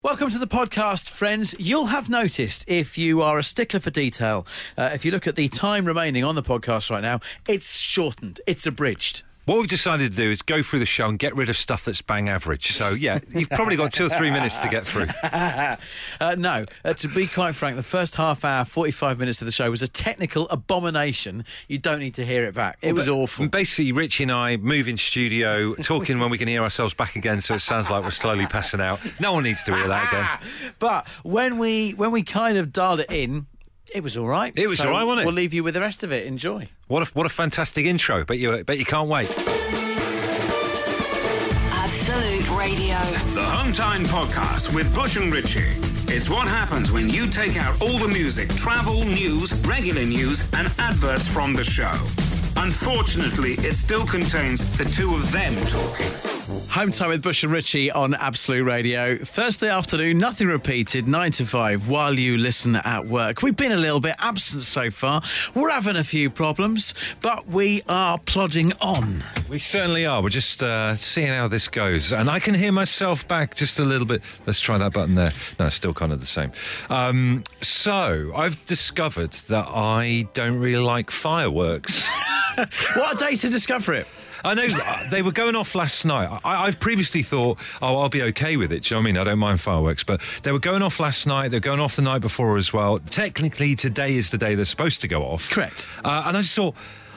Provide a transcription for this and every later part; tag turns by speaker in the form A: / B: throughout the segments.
A: Welcome to the podcast, friends. You'll have noticed, if you are a stickler for detail, uh, if you look at the time remaining on the podcast right now, it's shortened, it's abridged.
B: What we've decided to do is go through the show and get rid of stuff that's bang average. So, yeah, you've probably got two or three minutes to get through.
A: Uh, no, uh, to be quite frank, the first half hour, 45 minutes of the show was a technical abomination. You don't need to hear it back. It was awful.
B: Basically, Richie and I move in studio, talking when we can hear ourselves back again, so it sounds like we're slowly passing out. No one needs to hear that again.
A: Ah. But when we when we kind of dialed it in, it was all right.
B: It was all right, wasn't it?
A: We'll leave you with the rest of it. Enjoy.
B: What a, what a fantastic intro. Bet you, bet you can't wait.
C: Absolute Radio.
D: The Hometown Podcast with Bush and Ritchie. It's what happens when you take out all the music, travel, news, regular news, and adverts from the show. Unfortunately, it still contains the two of them talking.
A: Home time with Bush and Ritchie on Absolute Radio. Thursday afternoon, nothing repeated, 9 to 5, while you listen at work. We've been a little bit absent so far. We're having a few problems, but we are plodding on.
B: We certainly are. We're just uh, seeing how this goes. And I can hear myself back just a little bit. Let's try that button there. No, it's still kind of the same. Um, so, I've discovered that I don't really like fireworks.
A: What a day to discover it.
B: I know uh, they were going off last night. I, I've previously thought, oh, I'll be okay with it. Do you know what I mean? I don't mind fireworks, but they were going off last night. They're going off the night before as well. Technically, today is the day they're supposed to go off.
A: Correct.
B: Uh, and I just thought.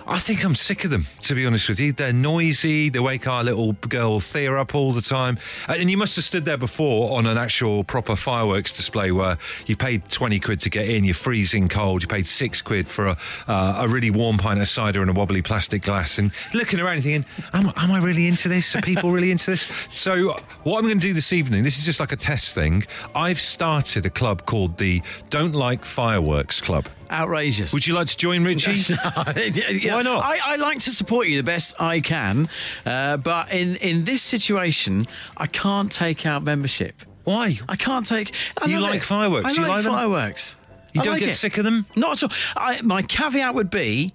B: I think I'm sick of them, to be honest with you. They're noisy. They wake our little girl Thea up all the time. Uh, And you must have stood there before on an actual proper fireworks display where you paid 20 quid to get in, you're freezing cold, you paid six quid for a, uh, a really warm pint of cider in a wobbly plastic glass, and looking around and thinking, am, I- am I really into this? Are people really into this? So, what I'm going to do this evening, this is just like a test thing. I've started a club called the Don't Like Fireworks Club.
A: Outrageous.
B: Would you like to join, Richie?
A: Why
B: Why not?
A: I, I like to support you the best I can, uh, but in, in this situation, I can't take out membership.
B: Why?
A: I can't take. I
B: You
A: love
B: like
A: it.
B: fireworks?
A: I
B: You
A: like
B: like them?
A: fireworks.
B: You
A: I
B: don't
A: like
B: get
A: it.
B: sick of them?
A: Hmm. Not at all. I, my caveat would be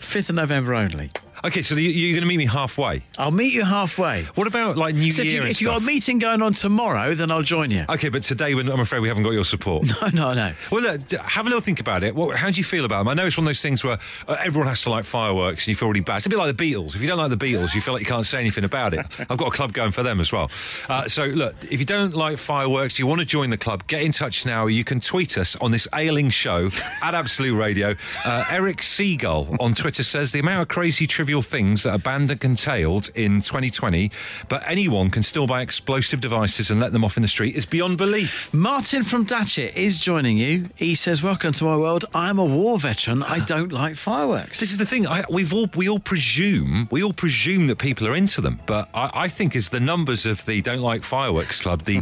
A: 5th of November only.
B: Okay, so you- you're going to meet me halfway.
A: I'll meet you halfway.
B: What about like New
A: So if,
B: Year
A: you,
B: and
A: if you've got
B: stuff?
A: a meeting going on tomorrow, then I'll join you.
B: okay, but today we're- I'm afraid we haven't got your support.
A: No, no, no.
B: Well, look, d- have a little think about it. What, how do you feel about them? I know it's one of those things where uh, everyone has to like fireworks and you feel really bad. It's a bit like the Beatles. If you don't like the Beatles, you feel like you can't say anything about it. I've got a club going for them as well. Uh, so, look, if you don't like fireworks, you want to join the club, get in touch now. You can tweet us on this ailing show at Absolute Radio. Uh, Eric Seagull on Twitter says the amount of crazy, trivial things that abandoned contailed in 2020, but anyone can still buy explosive devices and let them off in the street is beyond belief.
A: Martin from Datchet is joining you. He says, Welcome to my world. I'm a war veteran. I don't like fireworks.
B: This is the thing. I, we've all we all presume we all presume that people are into them, but I, I think as the numbers of the Don't Like Fireworks Club, the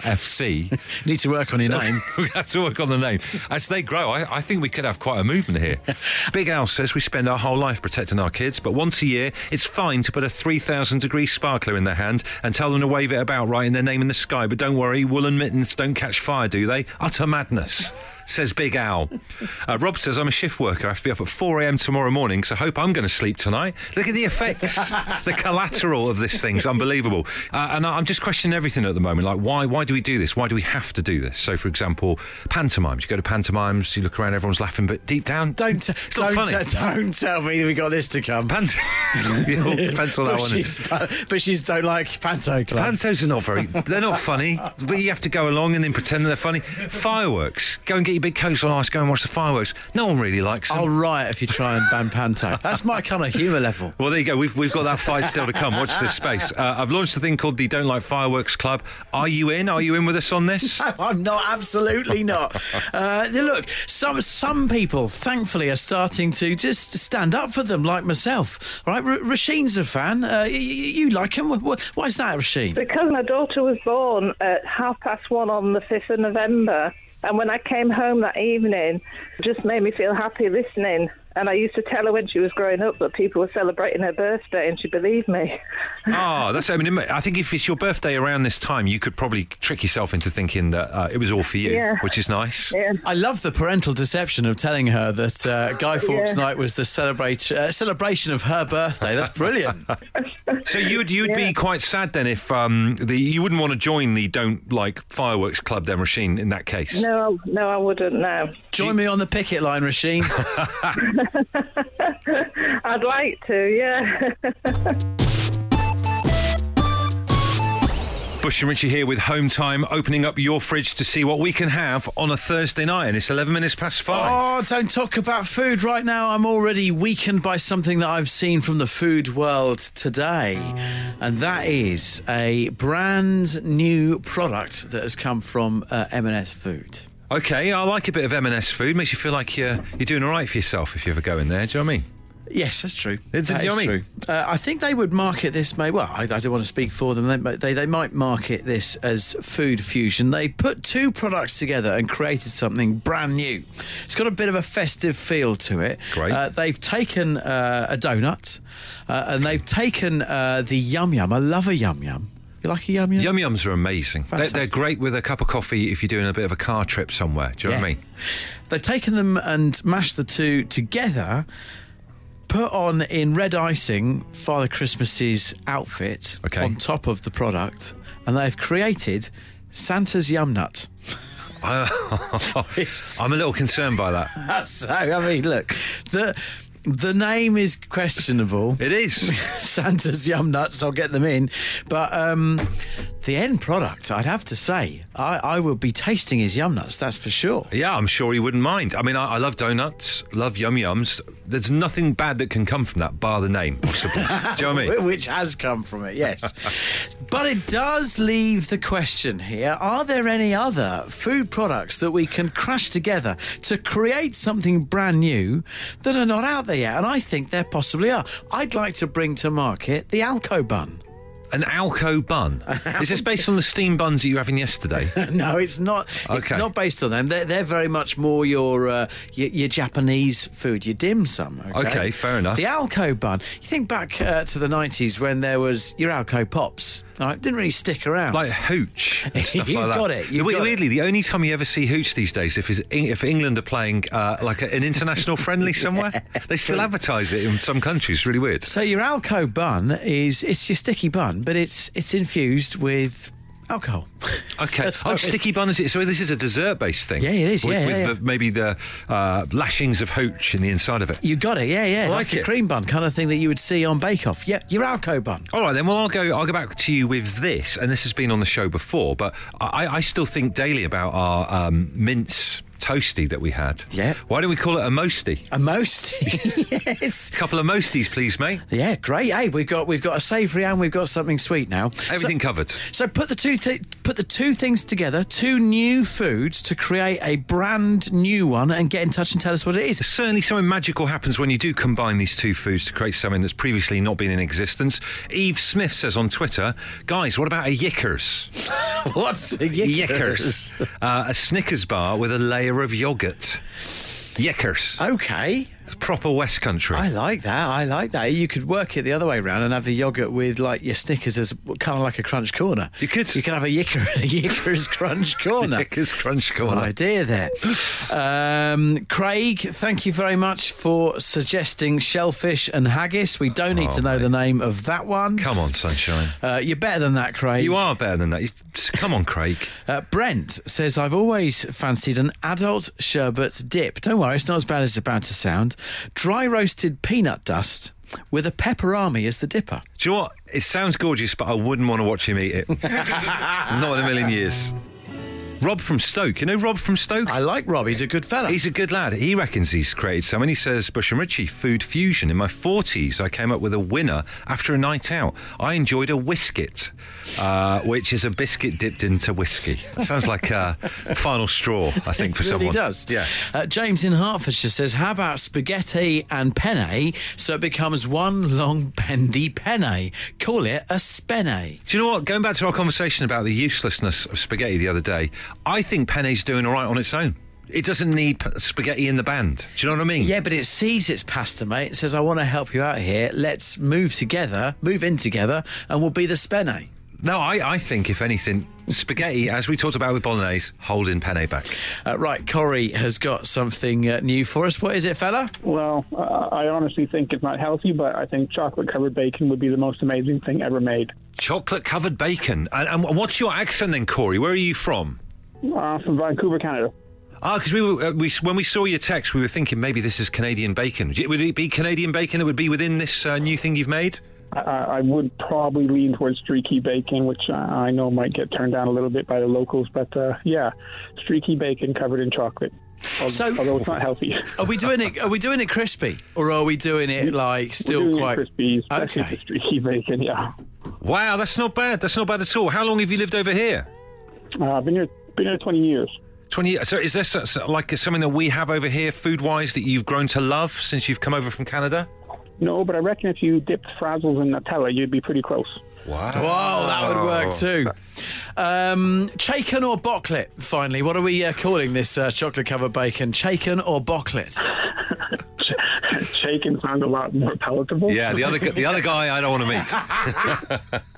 B: DLFC,
A: Need to work on your name.
B: we have to work on the name as they grow. I, I think we could have quite a movement here. Big Al says we spend our whole life protecting our kids, but once a year it's fine to put a three thousand degree sparkler in their hand and tell them to wave it about, writing their name in the sky. But don't worry, woolen mittens don't catch fire, do they? Utter madness. says Big Al. Uh, Rob says, I'm a shift worker. I have to be up at 4 a.m. tomorrow morning, so I hope I'm going to sleep tonight. Look at the effects. the collateral of this thing's unbelievable. Uh, and I- I'm just questioning everything at the moment. Like, why, why do we do this? Why do we have to do this? So, for example, pantomimes. You go to pantomimes, you look around, everyone's laughing, but deep down,
A: Don't, t-
B: it's
A: don't,
B: not funny.
A: t- don't tell me we got this to come.
B: Pant- You'll pencil that one in.
A: Bushes, bushes don't like panto club.
B: Pantos are not very. They're not funny, but you have to go along and then pretend they're funny. Fireworks. Go and get your big coats on ice. Go and watch the fireworks. No one really likes them.
A: I'll riot if you try and ban panto. That's my kind of humour level.
B: Well, there you go. We've, we've got that fight still to come. Watch this space. Uh, I've launched a thing called the Don't Like Fireworks Club. Are you in? Are you in with us on this?
A: I'm not. Oh, Absolutely not. Uh, look, some some people, thankfully, are starting to just stand up for them, like myself. All right, R- Rasheen's a fan. Uh, y- y- you like him? What, why is that, Rasheen?
E: Because my daughter was born at half past one on the 5th of November. And when I came home that evening, it just made me feel happy listening. And I used to tell her when she was growing up that people were celebrating her birthday, and she believed me.
B: Ah, that's. I mean, I think if it's your birthday around this time, you could probably trick yourself into thinking that uh, it was all for you,
E: Yeah.
B: which is nice.
E: yeah.
A: I love the parental deception of telling her that uh, Guy Fawkes
E: Yeah.
A: Night was the celebrate, uh, celebration of her birthday. That's brilliant.
B: So you'd you'd be quite sad then if um, the you wouldn't want to join the don't like fireworks club then Rasheen in that case.
E: No, I- no, I wouldn't. No,
A: Join me on the picket line, Rasheen.
E: I'd like to. Yeah.
B: Bush and Richie here with Home Time, opening up your fridge to see what we can have on a Thursday night, and it's eleven minutes past five.
A: Oh, don't talk about food right now. I'm already weakened by something that I've seen from the food world today. And that is a brand new product that has come from uh, M&S Food.
B: Okay, I like a bit of M&S food. Makes you feel like you're you're doing all right for yourself if you ever go in there. Do you know what I mean?
A: Yes, that's true.
B: It's-
A: That
B: you know
A: is
B: what I mean?
A: true. Uh, I think they would market this. May well, I, I don't want to speak for them. They, mi- they they might market this as food fusion. They've put two products together and created something brand new. It's got a bit of a festive feel to it.
B: Great.
A: Uh, they've taken uh, a donut, uh, and they've taken uh, the yum yum. I love a yum yum. You like a yum yum?
B: Yum yums are amazing. They're, they're
A: Fantastic.
B: great with a cup of coffee if you're doing a bit of a car trip somewhere. Do you know what I mean?
A: They've taken them and mashed the two together, put on in red icing Father Christmas's outfit
B: Okay.
A: on top of the product, and they've created Santa's Yum Nut. Oh, It's-
B: I'm a little concerned by that.
A: so, I mean, look, the the name is questionable.
B: It is.
A: Santa's Yum Nuts, I'll get them in. But um, the end product, I'd have to say, I, I will be tasting his Yum Nuts, that's for sure.
B: Yeah, I'm sure he wouldn't mind. I mean, I, I love donuts, love yum yums. There's nothing bad that can come from that, bar the name, possibly. Do you know what I mean?
A: Wh- Which has come from it, yes. but it does leave the question here are there any other food products that we can crash together to create something brand new that are not out there yet? And I think there possibly are. I'd like to bring to market the Alco bun.
B: An Alco bun. Is this based on the steam buns that you were having yesterday?
A: no, it's not. It's
B: Okay.
A: not based on them. They're, they're very much more your, uh, your your Japanese food, your dim sum. Okay,
B: Okay, fair enough.
A: The Alco bun. You think back uh, to the nineties when there was your Alco pops. Right, didn't really stick around.
B: Like hooch and stuff
A: You
B: like that.
A: got it, you
B: We-
A: got it.
B: Weirdly, the only time you ever see hooch these days if is Eng- if England are playing uh, like a, an international friendly somewhere. they still advertise it in some countries. Really weird.
A: So your Alco bun is it's your sticky bun, but it's it's infused with alcohol.
B: Okay.
A: So
B: Oh,
A: it's-
B: sticky bun is it? So this is a dessert-based thing.
A: Yeah, it is,
B: With,
A: yeah,
B: with
A: yeah,
B: the,
A: yeah.
B: maybe the uh, lashings of hooch in the inside of it.
A: You got it, yeah, yeah. It's
B: like
A: a
B: it.
A: cream bun kind of thing that you would see on Bake Off. Yeah, your Alco bun.
B: All right, then. Well, I'll go. I'll go back to you with this, and this has been on the show before, but I, I still think daily about our um, mince toasty that we had.
A: Yeah.
B: Why don't we call it a mosty?
A: A mosty. yes.
B: A couple of mosties, please, mate.
A: Yeah, great. Hey, we've got we've got a savoury and we've got something sweet now.
B: Everything covered.
A: So, so put the two thi- put the two things together, two new foods to create a brand new one, and get in touch and tell us what it is.
B: Certainly, something magical happens when you do combine these two foods to create something that's previously not been in existence. Eve Smith says on Twitter, "Guys, what about a Yickers?
A: What's a
B: Yickers, uh, a Snickers bar with a layer of yogurt. Yickers,
A: Okay.
B: proper West Country.
A: I like that. I like that. You could work it the other way around and have the yogurt with like your Snickers as kind of like a crunch corner.
B: You could.
A: You could have a yicker, a yicker's crunch corner.
B: Yickers crunch
A: That's an
B: corner.
A: idea there. Um, Craig, thank you very much for suggesting shellfish and haggis. We don't need
B: Oh,
A: to know the name of that one.
B: Come on, sunshine.
A: Uh, you're better than that, Craig.
B: You are better than that. You- Come on, Craig.
A: Uh, Brent says, I've always fancied an adult sherbet dip. Don't worry, it's not as bad as it's about to sound. Dry roasted peanut dust with a pepperami as the dipper.
B: Do you know what? It sounds gorgeous, but I wouldn't want to watch him eat it. Not in a million years. Rob from Stoke. You know Rob from Stoke?
A: I like Rob, he's a good fella.
B: He's a good lad. He reckons he's created something. He says, Bush and Ritchie, food fusion. In my 40s, I came up with a winner after a night out. I enjoyed a whisket, uh, which is a biscuit dipped into whiskey. That sounds like a final straw, I think, for
A: really
B: someone.
A: does.
B: Yes.
A: Uh, James in Hertfordshire says, How about spaghetti and penne so it becomes one long bendy penne? Call it a spenne.
B: Do you know what? Going back to our conversation about the uselessness of spaghetti the other day, I think penne's doing all right on its own. It doesn't need p- spaghetti in the band. Do you know what I mean?
A: Yeah, but it sees its pasta, mate. It says, I want to help you out here. Let's move together, move in together, and we'll be the spene.
B: No, I, I think, if anything, spaghetti, as we talked about with bolognese, holding penne back.
A: Uh, right, Corey has got something uh, new for us. What is it, fella?
F: Well, uh, I honestly think it's not healthy, but I think chocolate covered bacon would be the most amazing thing ever made.
B: Chocolate covered bacon. And, and what's your accent then, Corey? Where are you from?
F: Uh, from Vancouver, Canada.
B: Ah, because we, were- uh, we when we saw your text, we were thinking maybe this is Canadian bacon. Y- Would it be Canadian bacon that would be within this uh, new thing you've made?
F: I, I I would probably lean towards streaky bacon, which uh, I know might get turned down a little bit by the locals, but uh, yeah, streaky bacon covered in chocolate. Al-
A: So-
F: although it's not healthy.
A: Are we doing it? Are we doing it crispy, or are we doing it like still
F: We're doing it
A: quite
F: crispy, especially
A: Okay.
F: for streaky bacon. Yeah,
B: Wow, that's not bad. That's not bad at all. How long have you lived over here?
F: uh, I've been here been here twenty years.
B: Twenty. years. So is this uh, so- like something that we have over here, food-wise, that you've grown to love since you've come over from Canada?
F: No, but I reckon if you dipped frazzles in Nutella, you'd be pretty close.
B: Wow.
A: Whoa, that would work too. Um, chacon or bocklet? Finally, what are we uh, calling this uh, chocolate covered bacon? Chacon or bocklet?
F: Shaken sounds a lot more palatable.
B: Yeah, the other gu- the other guy I don't want to meet.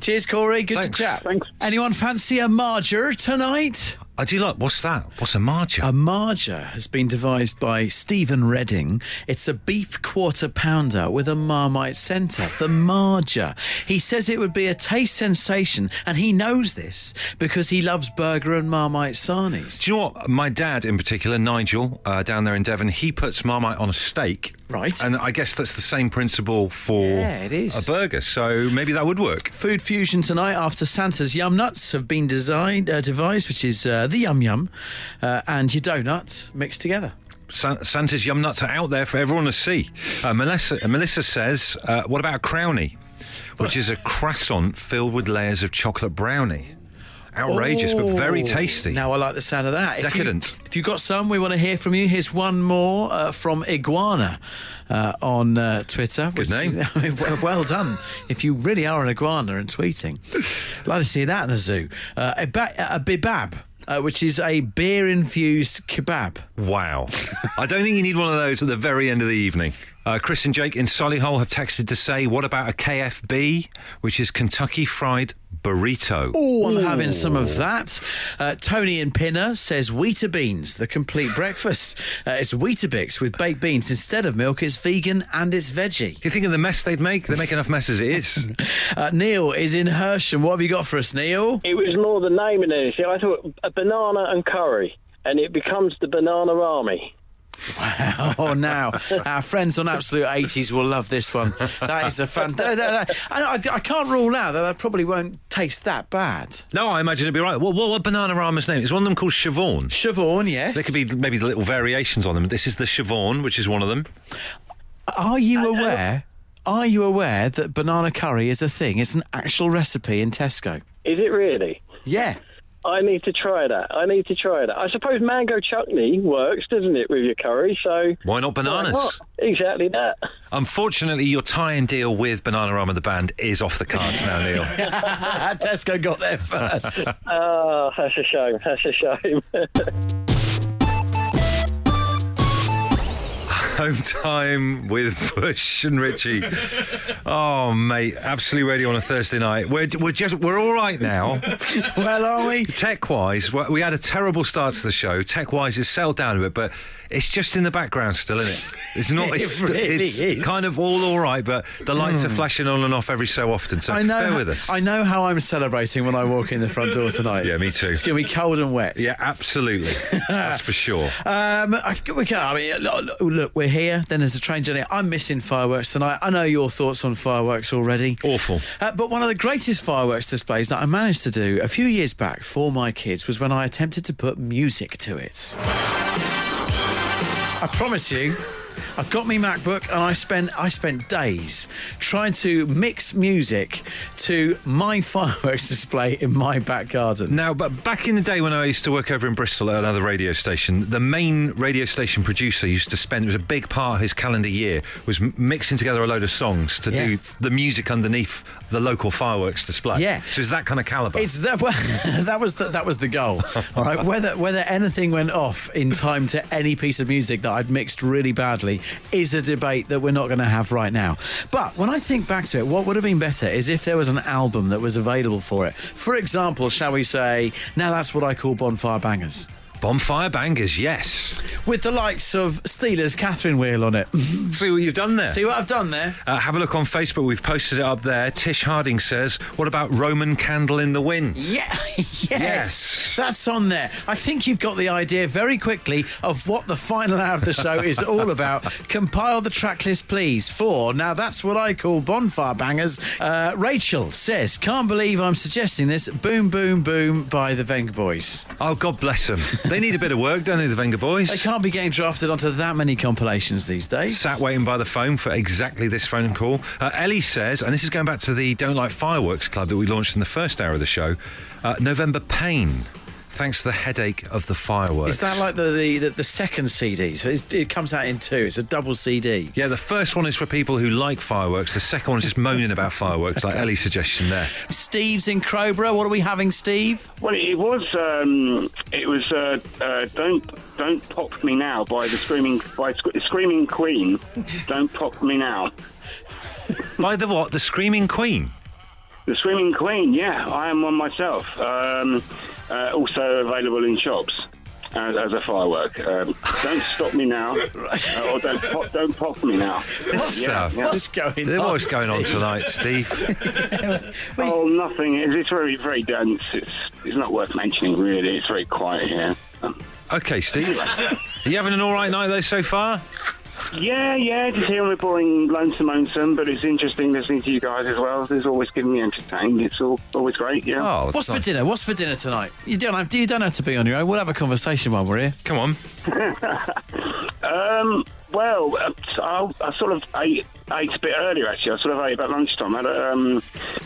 A: Cheers, Corey. Good
B: Thanks.
A: to chat.
F: Thanks.
A: Anyone fancy a marger tonight?
B: I do like. What's that? What's a marger?
A: A marger has been devised by Stephen Redding. It's a beef quarter pounder with a marmite centre, the marger. He says it would be a taste sensation, and he knows this because he loves burger and marmite sarnies.
B: Do you know what? My dad, in particular, Nigel, uh, down there in Devon, he puts Marmite on a steak.
A: Right.
B: And I guess that's the same principle for
A: Yeah, it is.
B: a burger. So maybe that would work.
A: Food fusion tonight after Santa's yum nuts have been designed, uh, devised, which is uh, the yum yum uh, and your donuts mixed together.
B: San- Santa's yum nuts are out there for everyone to see. Uh, Melissa, uh, Melissa says, uh, what about a crownie? Which is a croissant filled with layers of chocolate brownie. Outrageous, but very
A: Oh,
B: tasty.
A: Now I like the sound of that. If you-
B: Decadent.
A: If you've got some, we want to hear from you. Here's one more uh, from Iguana uh, on uh, Twitter. Good
B: name.
A: I mean, well, well done. If you really are an iguana and tweeting, I'd like to see that in a zoo. Uh, a, ba- a bibab. Uh, which is a beer infused kebab.
B: Wow. I don't think you need one of those at the very end of the evening. Uh, Chris and Jake in Solihull have texted to say, what about a KFB, which is Kentucky Fried Burrito?
A: Oh, I'm having some of that. Uh, Tony in Pinner says Wheater beans, the complete breakfast. Uh, it's Weetabix with baked beans instead of milk. It's vegan and it's veggie.
B: You think of the mess they'd make? They make enough mess as it is.
A: Uh, Neil is in Hersham. What have you got for us, Neil?
G: It was more the name than anything. I thought a banana and curry, and it becomes the banana army.
A: Oh, now our friends on Absolute 80s will love this one. That is a fan. that- that- that- I, I- I can't rule out that that probably won't taste that bad.
B: No, I imagine it'd be right. Well, what what Banana Rama's name? Is one of them called Siobhan?
A: Siobhan, yes.
B: There could be maybe the little variations on them. This is the Siobhan, which is one of them.
A: Are you aware? Are you aware that banana curry is a thing? It's an actual recipe in Tesco.
G: Is it really?
A: Yeah.
G: I need to try that. I need to try that. I suppose mango chutney works, doesn't it, with your curry? So
B: Why not bananas?
G: Why not? Exactly that.
B: Unfortunately, your tie-in deal with Banana Rama the band is off the cards now, Neil.
A: Tesco got there first.
G: Oh, that's a shame. That's a shame.
B: Home time with Bush and Richie. Oh, mate, absolutely ready on a Thursday night. We're, we're just we're all right now.
A: well, are we?
B: Tech wise, we had a terrible start to the show. Tech wise, it's settled down a bit, but it's just in the background still, isn't it? It's not.
A: It
B: it's,
A: really
B: it's
A: is. Hmm.
B: kind of all all right, but the lights are flashing on and off every so often. So
A: I know.
B: bear
A: how,
B: with us.
A: I know how I'm celebrating when I walk in the front door tonight.
B: Yeah, me too.
A: It's going to be cold and wet.
B: yeah, absolutely. That's for sure.
A: Um, I, we can, I mean, look, look- look, we're here. Then there's a train journey. I'm missing fireworks tonight. I know your thoughts on fireworks already.
B: Awful.
A: Uh, but one of the greatest fireworks displays that I managed to do a few years back for my kids was when I attempted to put music to it. I promise you. I got me MacBook and I spent I spent days trying to mix music to my fireworks display in my back garden.
B: Now, but back in the day when I used to work over in Bristol at another radio station, the main radio station producer used to spend it was a big part of his calendar year was m- mixing together a load of songs to
A: Yeah.
B: do the music underneath the local fireworks display.
A: Yeah.
B: So it's that kind of calibre.
A: It's that. Well, that was the, that was the goal. All right. Whether whether anything went off in time to any piece of music that I'd mixed really badly is a debate that we're not going to have right now. But when I think back to it, what would have been better is if there was an album that was available for it. For example, shall we say? Now that's what I call bonfire bangers.
B: Bonfire bangers, yes.
A: With the likes of Steelers Catherine Wheel on it.
B: See what you've done there.
A: See what I've done there?
B: Uh, have a look on Facebook. We've posted it up there. Tish Harding says, "What about Roman Candle in the Wind?"
A: Yeah, yes,
B: Yes.
A: That's on there. I think you've got the idea very quickly of what the final hour of the show is all about. Compile the track list, please. For now, that's what I call bonfire bangers. Uh, Rachel says, "Can't believe I'm suggesting this." Boom, boom, boom by the Venga Boys.
B: Oh, God bless them. they need a bit of work, don't they, the Venga Boys?
A: They can't be getting drafted onto that many compilations these days.
B: Sat waiting by the phone for exactly this phone call. Uh, Ellie says, and this is going back to the Don't Like Fireworks Club that we launched in the first hour of the show. Uh, November pain, thanks to the headache of the fireworks.
A: Is that like the the, the, the second CD? So it's, it comes out in two. It's a double CD.
B: Yeah, the first one is for people who like fireworks. The second one is just moaning about fireworks, like Ellie's suggestion there.
A: Steve's in Crowborough. What are we having, Steve?
H: Well, it was um, it was uh, uh, don't don't pop me now by the screaming by sc- screaming Queen. Don't pop me now.
B: By the what? The Screaming Queen.
H: The screaming Queen. Yeah, I am one myself. Um, uh, also available in shops. As, as a firework, um, don't stop me now, uh, or don't pop, don't pop me now.
B: This stuff.
A: What's going on?
B: What's going on tonight, Steve?
H: Oh, nothing. It's, it's very very dense. It's it's not worth mentioning really. It's very quiet here. Um,
B: Okay, Steve. Are you having an all right night though so far?
H: Yeah, yeah, just hearing we're boring Lonesome Lonesome, but it's interesting listening to you guys as well. It's always keeping me entertained. It's all, always great, yeah.
B: Oh, that's
A: What's for
B: nice.
A: dinner? What's for dinner tonight? You don't have you don't have to be on your own. We'll have a conversation while we're here.
B: Come on.
H: Um, well, uh, I, I sort of ate, ate a bit earlier, actually. I sort of ate about lunchtime. I had a, um,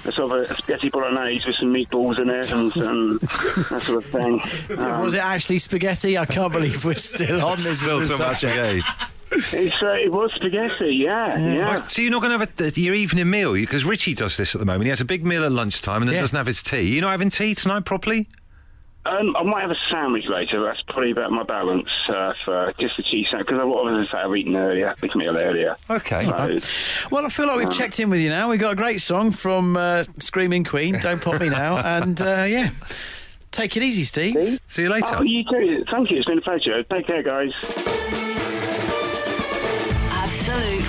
H: a sort of a spaghetti bolognese with some meatballs in it and, and that sort of thing. Um,
A: Was it actually spaghetti? I can't believe we're still on this
B: Still
A: as a
B: so much
A: subject.
B: engaged.
H: it's, uh, it was spaghetti, yeah, yeah.
B: So you're not going to have a, your evening meal because Richie does this at the moment. He has a big meal at lunchtime and then
A: Yeah.
B: doesn't have his tea. You're not having tea tonight properly?
H: Um, I might have a sandwich later. But that's probably about my balance uh, for just a cheese sandwich, because I was say I've eaten earlier, big meal earlier.
B: Okay.
H: So-
A: Well, I feel like we've checked in with you now. We got a great song from uh, Screaming Queen. Don't pop me now. And uh, yeah, take it easy, Steve.
B: See you later.
H: Oh, you too. Thank you. It's been a pleasure. Take care, guys.
C: Absolute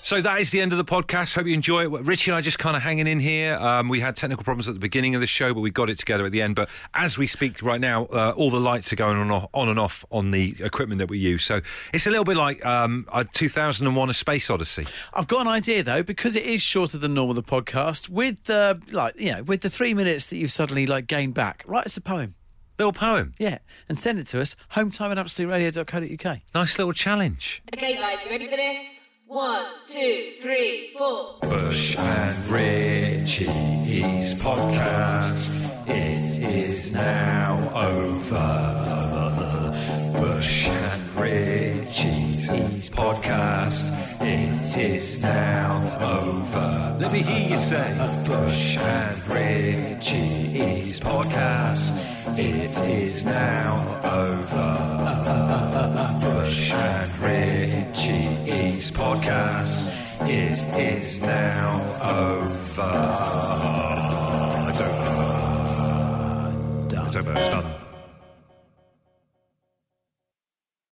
B: So that is the end of the podcast. Hope you enjoy it. Richie and I just kind of hanging in here. Um, we had technical problems at the beginning of the show, but we got it together at the end. But as we speak right now, uh, all the lights are going on, and off, on and off on the equipment that we use. So it's a little bit like um, uh, 2001: A Space Odyssey.
A: I've got an idea though, because it is shorter than normal. The podcast with the like, you know, with the three minutes that you've suddenly like gained back. Write us a poem,
B: Little poem,
A: yeah, and send it to us. Hometime at absoluteradio.co.uk.
B: nice little challenge.
I: Okay, guys, you ready for this? One, two, three, four.
J: Bush and Richie's podcast. It is now over. Bush and Richie's podcast. It is now over. Let me hear you say. Bush and Richie's podcast. It is now over. Bush and Richie's podcast. It is now over. It's over. It's over. It's done.